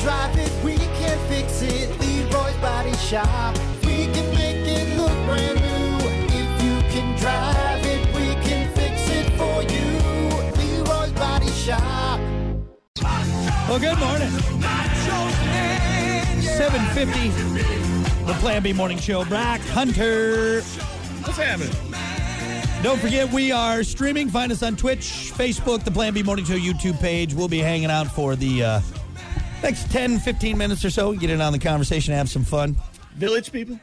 drive it, we can fix it. Leroy's Body Shop. We can make it look brand new. If you can drive it, we can fix it for you. Leroy's Body Shop. Well, good morning. 750. The Plan B Morning Show. Brock Hunter. What's happening? Don't forget, we are streaming. Find us on Twitch, Facebook, the Plan B Morning Show YouTube page. We'll be hanging out for the uh, next 10, 15 minutes or so. Get in on the conversation, have some fun. Village people?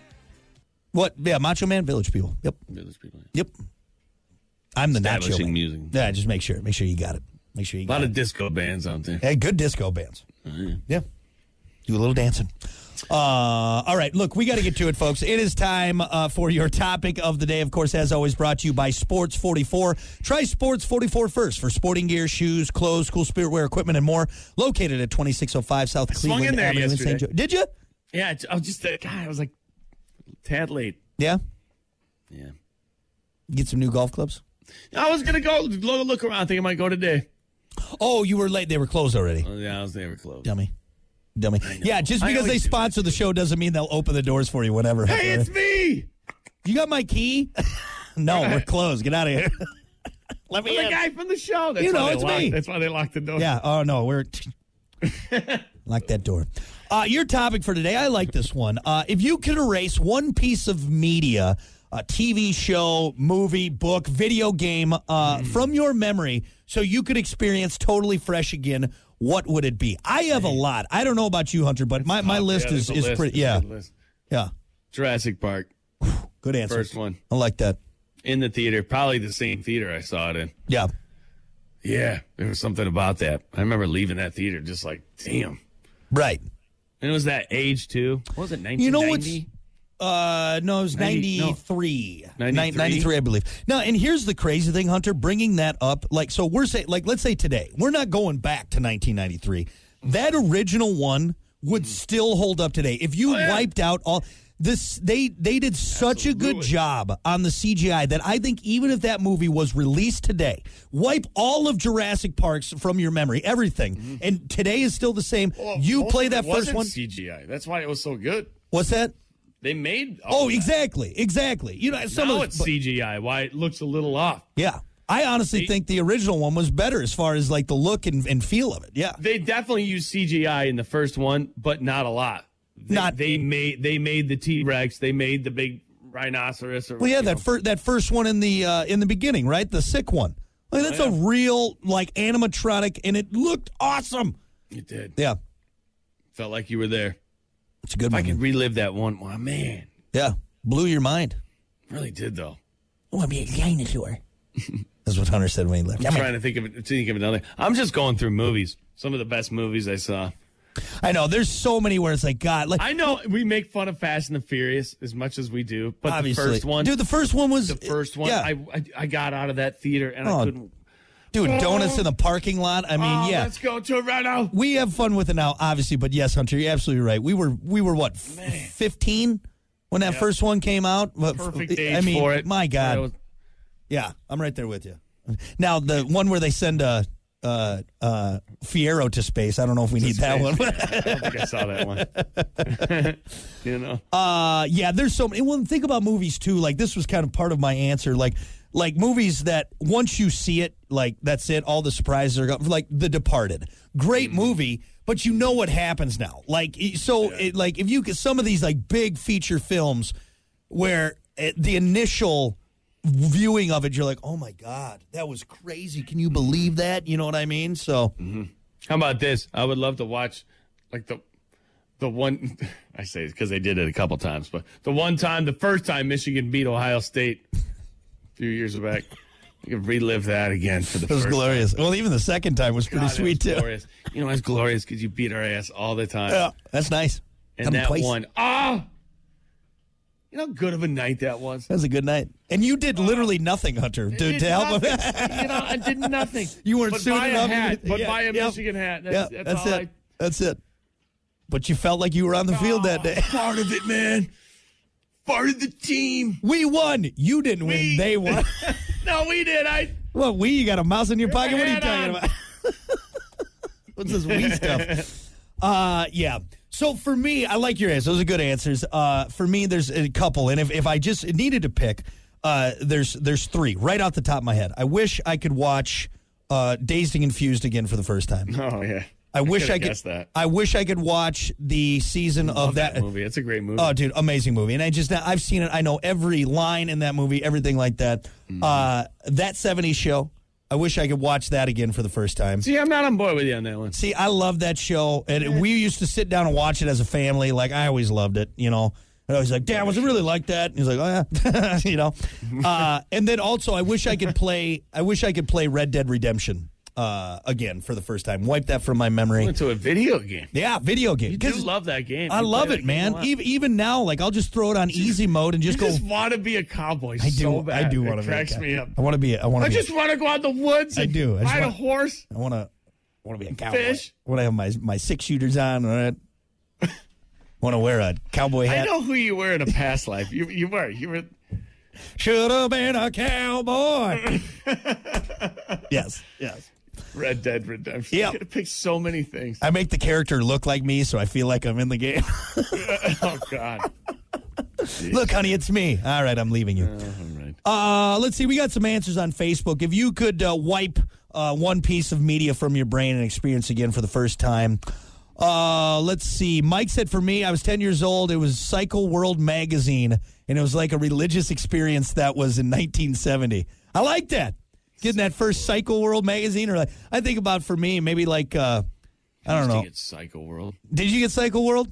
What? Yeah, Macho Man Village people. Yep. Village people. Yep. I'm the Nacho Establishing Man. music. Yeah, just make sure. Make sure you got it. Make sure you A got lot it. of disco bands out there. Hey, good disco bands. Oh, Yeah. Do a little dancing. Uh, all right, look, we got to get to it, folks. It is time uh, for your topic of the day. Of course, as always, brought to you by Sports 44. Try Sports 44 first for sporting gear, shoes, clothes, cool spirit wear, equipment, and more. Located at 2605 South swung Cleveland in there Avenue in St. yesterday. Joe. Did you? Yeah, I was just that guy. I was like, tad late. Yeah. Yeah. Get some new golf clubs. I was gonna go lo- look around. I think I might go today. Oh, you were late. They were closed already. Oh, yeah, I was there close. Dummy. Dummy. Yeah, just I because they always do. sponsor the show doesn't mean they'll open the doors for you whenever. Hey, it's me. You got my key? no, we're closed. Get out of here. Let I'm the guy from the show. That's You why know, they it's locked- me. That's why they locked the door. Yeah. Oh no, we're lock that door. Uh, your topic for today. I like this one. Uh, if you could erase one piece of media, a TV show, movie, book, video game, uh, Mm. from your memory, so you could experience totally fresh again. What would it be? I have a lot. I don't know about you, Hunter, but my, my Yeah, list there's is, a is list. pretty. Yeah, There's a list. yeah. Jurassic Park, Good answer. first one I like that. in the theater, probably the same theater I saw it in. Yeah. Yeah, there was something about that. I remember leaving that theater just like, damn. Right. And it was that age too. What was it? 1990? You know what's uh no, it was 90 no. 93. Nin- 93? 93 I believe. Now, and here's the crazy thing, Hunter, bringing that up like so we're say like let's say today. We're not going back to 1993. That original one would still hold up today. If you Mm-hmm. Oh, yeah. wiped out all this they they did such a good Absolutely. job on the CGI that I think even if that movie was released today, wipe all of Jurassic Parks from your memory, everything. And today is still the same. Mm-hmm. Well, you most play of it that first wasn't one. CGI. That's why it was so good. What's that? They made. all Oh, that. exactly, exactly. You know, some now of it's but- CGI. Why it looks a little off. yeah. I honestly think the original one was better as far as like the look and, and feel of it. Yeah, They definitely used CGI in the first one, but not a lot. They, Not- they made they made the T Rex. They made the big rhinoceros. Or, well, yeah. you That know. first that first one in the uh, in the beginning, right? The sick one. Like, Oh, that's a real like animatronic, and it looked awesome. you did. Yeah, Felt like you were there. it's a good If I one. could relive that one, wow, man, yeah, blew your mind. really did though. I want to be a dinosaur. That's what Hunter said when he left. I'm trying to think of it- think of another. I'm just going through movies. Some of the best movies I saw. I know. There's so many where it's like God. Like I know we make fun of Fast and the Furious as much as we do, but obviously, the first one, dude. The first one was the first one, Yeah, I, I I got out of that theater and Oh, I couldn't. dude. Donuts in the parking lot. I mean, Oh, yeah. let's go to Toronto. we have fun with it now, obviously. But yes, Hunter, you're absolutely right. We were we were what fifteen when that first one came out. But- Perfect I age mean, for it. My That God, was- yeah, I'm right there with you. Now the one where they send uh uh uh Fiero to space. I don't know if we need that one. I don't think I saw that one. you know, Uh, yeah, there's so many. Well, think about movies too. Like this was kind of part of my answer. Like, like movies that once you see it, like that's it. All the surprises are gone. Like The Departed, great Mm-hmm. movie, but you know what happens now. Like e- so, it, like if you could some of these like big feature films where eh, the initial viewing of it, you're like, oh my god, that was crazy. Can you believe that? You know what I mean? So how about this? I would love to watch, like the, the one. I say because they did it a couple times, but the one time, the first time Michigan beat Ohio State, a few years back, you could relive that again for the it was first. glorious. Well, even the second time was pretty God, that sweet too. was glorious. You know, it's glorious because you beat our ass all the time. Yeah, that's nice. and Done it that one, ah, you know, how good of a night that was. That was a good night. And you did literally nothing, Hunter, to, did to help him. nothing. you know, I did nothing. You weren't but suited buy a up. Hat, but Yeah, buy a yeah. Michigan hat. yeah, That's, that's, that's, all it. That's it. But you felt like you were on the field that day. I, part of it, man. Part of the team. We won. You didn't win. We- They won. No, we did. I well, we, you got a mouse in your pocket. What are you hat talking on. about? What's this we stuff? Uh, yeah. So for me, I like your answers. Those are good answers. Uh, for me, there's a couple, and if, if I just needed to pick, uh, there's there's three right off the top of my head. I wish I could watch uh, Dazed and Confused again for the first time. Oh yeah. I wish coulda I could. guessed that. I wish I could watch the season of that. movie. It's a great movie. Oh, dude, amazing movie! And I just I've seen it. I know every line in that movie, everything like that. Mm-hmm. Uh, that '70s show. I wish I could watch that again for the first time. See, I'm not on board with you on that one. See, I love that show, and it- we used to sit down and watch it as a family. Like I always loved it, you know. And I was like, "Dad, was it really like that?" And he's like, "Oh yeah," you know. Uh, and then also, I wish I could play. I wish I could play Red Dead Redemption uh, again for the first time. Wipe that from my memory. Went to a video game. Yeah, video game. You do 'Cause love that game. I You love play it, that game a man. lot. Even, even now, like I'll just throw it on easy mode and just I go. just want to be a cowboy. I do. So bad. I do It want to. cracks me up. I want to be. a- I want I to. just want to go out in the woods. I and do. I just ride a want- horse. I want to. I want to be a cowboy. Fish. I want to have my my six shooters on. All right. want to wear a cowboy I hat. know who you were in a past life. You you were. You were. Should have been a cowboy. yes. Yes. Red Dead Redemption. Yep. You could have picked so many things. I make the character look like me, so I feel like I'm in the game. oh God. look, honey, it's me. All right, I'm leaving you. All right. Uh, let's see. We got some answers on Facebook. If you could uh, wipe uh, one piece of media from your brain and experience again for the first time. Uh, let's see. Mike said for me, I was 10 years old. It was Cycle World magazine, and it was like a religious experience that was in 1970. I like that. Getting that first Cycle World magazine, or like, I think about for me, maybe like, uh, I don't know. It's Psycho World. Did you get Cycle World?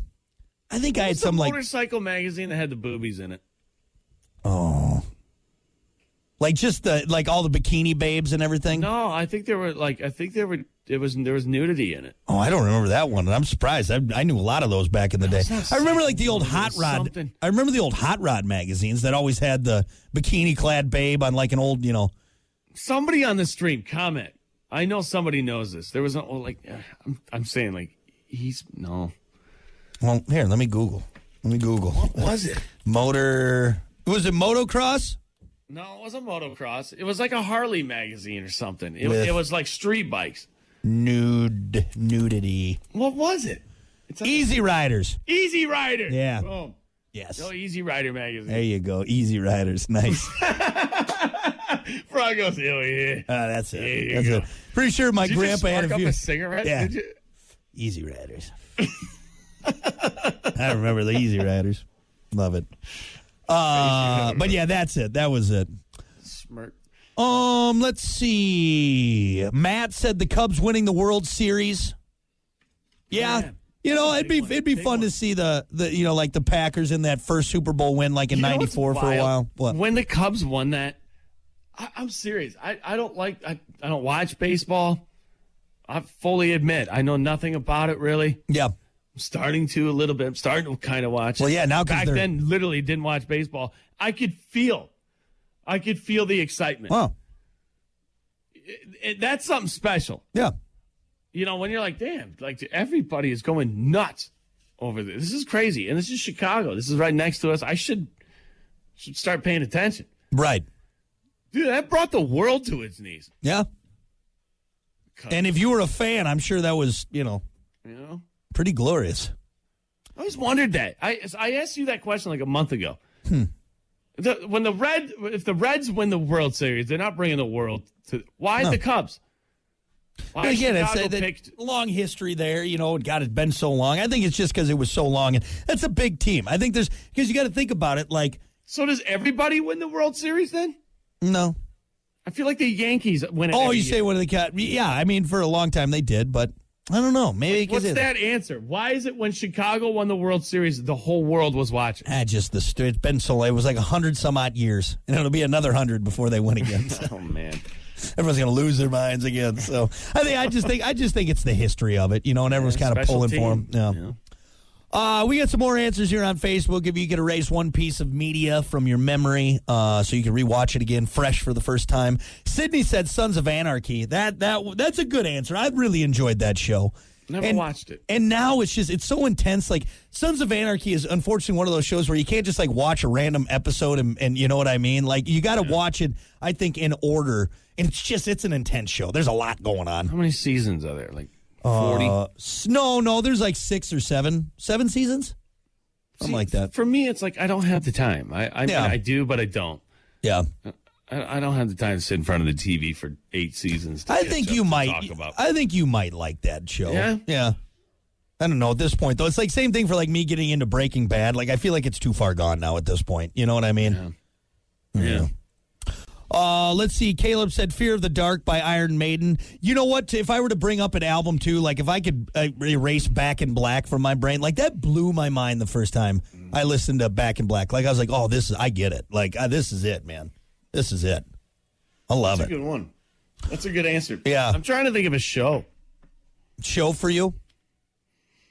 I think I had It's a some like, motorcycle magazine that had the boobies in it. like just the, like all the bikini babes and everything. No, I think there were like I think there were it was there was nudity in it. Oh, I don't remember that one, and I'm surprised. I, I knew a lot of those back in the day. it's not I remember something like the old wrong. hot There's rod. something. I remember the old hot rod magazines that always had the bikini clad babe on like an old, you know. Somebody on the stream comment. I know somebody knows this. There was no oh, like uh, I'm I'm saying like he's no. Well, here, let me Google. Let me Google Was it? motor. Was it motocross? No, it wasn't motocross. It was like a Harley magazine or something. It, With- it was like street bikes. Nude nudity. What was it? It's like Easy Riders. Easy Rider. Yeah. Boom. Yes. No Easy Rider magazine. There you go. Easy Riders. Nice. Frog goes, oh yeah. Ah, that's There it. you That's go. it. Pretty sure my Did you just grandpa had spark a up few. a cigarette? Yeah. Did you? Easy Riders. I remember the Easy Riders. Love it. Uh, but yeah, that's it. That was it. Smirk. Um, let's see. Matt said the Cubs winning the World Series. Yeah. Yeah. You know, it'd be one. it'd be Big fun to one. see the, the you know like the Packers in that first Super Bowl win like in You know what's '94 for a while. wild? What? When the Cubs won that, I, I'm serious. I, I don't like. I, I don't watch baseball. I fully admit I know nothing about it. Really, Yeah. I'm starting to a little bit. I'm starting to kind of watch. Well, yeah, now 'cause back they're- then, literally didn't watch baseball. I could feel, I could feel the excitement. Wow. It- it- that's something special. Yeah. You know, when you're like, damn, like everybody is going nuts over this. This is crazy, and this is Chicago. This is right next to us. I should should start paying attention. Right. Dude, that brought the world to its knees. Yeah. And if you were a fan, I'm sure that was you know You know, pretty glorious. I always wondered that. I I asked you that question like a month ago. Hmm. The, when the red, if the Reds win the World Series, they're not bringing the world to. Why No. the Cubs? Why But again, it's Chicago a, that picked- long history there. You know, God, it's been so long. I think it's just because it was so long, and that's a big team. I think there's because you got to think about it. Like, so does everybody win the World Series then? no, I feel like the Yankees win. It oh, every you year. say one of the cat? Yeah, I mean, for a long time they did, but I don't know. Maybe it could What's do that answer? Why is it when Chicago won the World Series, the whole world was watching? Ah, just the st- it's been so long. It was like a hundred some odd years, and it'll be another hundred before they win again. So Oh man, everyone's gonna lose their minds again. So I think I just think I just think it's the history of it, you know, and everyone's kind of Special pulling for them. team. Yeah. Uh, we got some more answers here on Facebook. If you could erase one piece of media from your memory, uh, so you can rewatch it again fresh for the first time. Sydney said "Sons of Anarchy." That that that's a good answer. I really enjoyed that show. Never And- watched it. And now it's just it's so intense. Like Sons of Anarchy is unfortunately one of those shows where you can't just like watch a random episode and, and you know what I mean. Like you got to watch it. I think in order, and it's just it's an intense show. There's a lot going on. How many seasons are there? Like Forty. Uh, s- no, no, there's like six or seven, seven seasons, something like that. For me, it's like I don't have the time. I I, mean, Yeah. I do, but I don't. Yeah, I, I don't have the time to sit in front of the TV for eight seasons. to I catch think up you and might. talk about. I think you might like that show. Yeah? yeah. I don't know at this point though. It's like same thing for like me getting into Breaking Bad. Like I feel like it's too far gone now at this point. You know what I mean? yeah. Uh, let's see. Caleb said "Fear of the Dark" by Iron Maiden. You know what? If I were to bring up an album too, like if I could uh, erase Back in Black from my brain, like that blew my mind the first time Mm. I listened to Back in Black. Like I was like, "Oh, this is I get it. Like uh, this is it, man. This is it. I love That's a it." good one. That's a good answer. Yeah. I'm trying to think of a show. Show for you.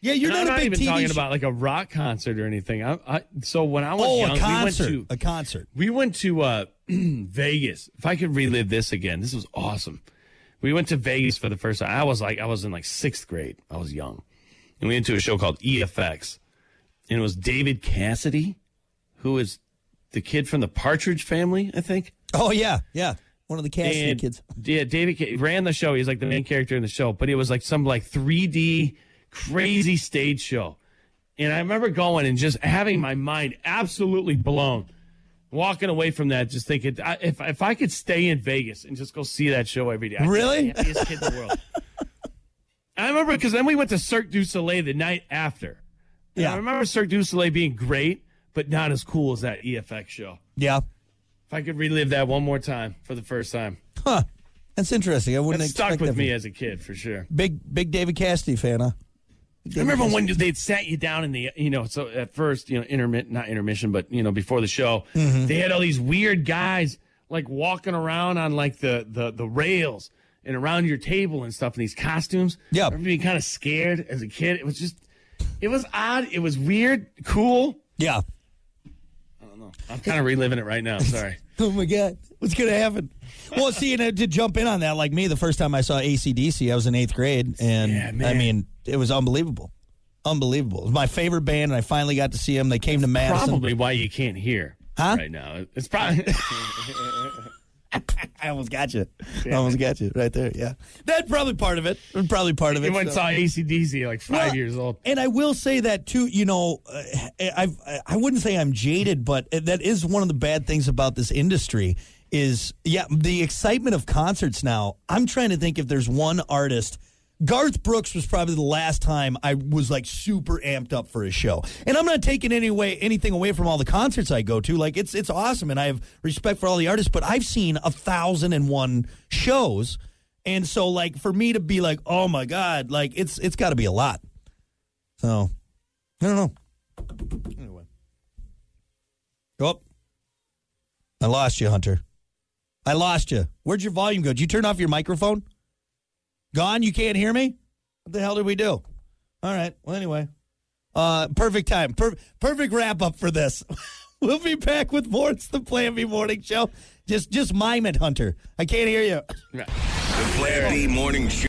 Yeah, you're And not I'm a not big even TV talking sh- about like a rock concert or anything. I, I so when I was Oh, young, a concert. we went to a concert. we went to uh, Vegas. If I could relive this again, this was awesome. We went to Vegas for the first time. I was like, I was in like sixth grade. I was young, and we went to a show called EFX, and it was David Cassidy, who is the kid from the Partridge Family, I think. Oh yeah, yeah. One of the Cassidy And- kids. Yeah, David Ca- ran the show. He's like the main character in the show, but it was like some like 3D crazy stage show. And I remember going and just having my mind absolutely blown. Walking away from that, just thinking, I, if if I could stay in Vegas and just go see that show every day, I'd be Really? the happiest kid in the world. I remember because then we went to Cirque du Soleil the night after. And Yeah. I remember Cirque du Soleil being great, but not as cool as that EFX show. Yeah. If I could relive that one more time for the first time, Huh. That's interesting. I wouldn't that expect stuck with that me from- as a kid for sure. Big big David Cassidy fan, huh? I remember when they'd sat you down in the, you know, so at first, you know, intermittent, not intermission, but you know, before the show, Mm-hmm. they had all these weird guys like walking around on like the the the rails and around your table and stuff in these costumes. Yeah. I remember being kind of scared as a kid. It was just, it was odd. It was weird, cool. Yeah. I'm kind of reliving it right now. Sorry. Oh my God, what's going to happen? Well, see, and uh, to jump in on that, like me, the first time I saw ACDC, I was in eighth grade, and Yeah, man. I mean, it was unbelievable, unbelievable. It was my favorite band, and I finally got to see them. They came to Madison. Probably why you can't hear Huh? right now. It's probably. I almost got you. I almost got you right there. Yeah, that's probably part of it. Probably part of it. I went and so- saw ACDC like five Well, years old. And I will say that too. You know, uh, I've I wouldn't say I'm jaded, but that is one of the bad things about this industry. Is yeah, the excitement of concerts now. I'm trying to think if there's one artist. Garth Brooks was probably the last time I was like super amped up for his show. And I'm not taking any way anything away from all the concerts I go to. Like it's it's awesome and I have respect for all the artists, but I've seen a thousand and one shows. And so like for me to be like, oh my God, like it's it's gotta be a lot. So I don't know. Anyway. Oh. I lost you, Hunter. I lost you. Where'd your volume go? Did you turn off your microphone? Gone? You can't hear me? What the hell did we do? All right. Well, anyway. Uh, perfect time. Per- perfect wrap up for this. we'll be back with more. It's the Plan B Morning Show. Just, just mime it, Hunter. I can't hear you. The Plan B Morning Show.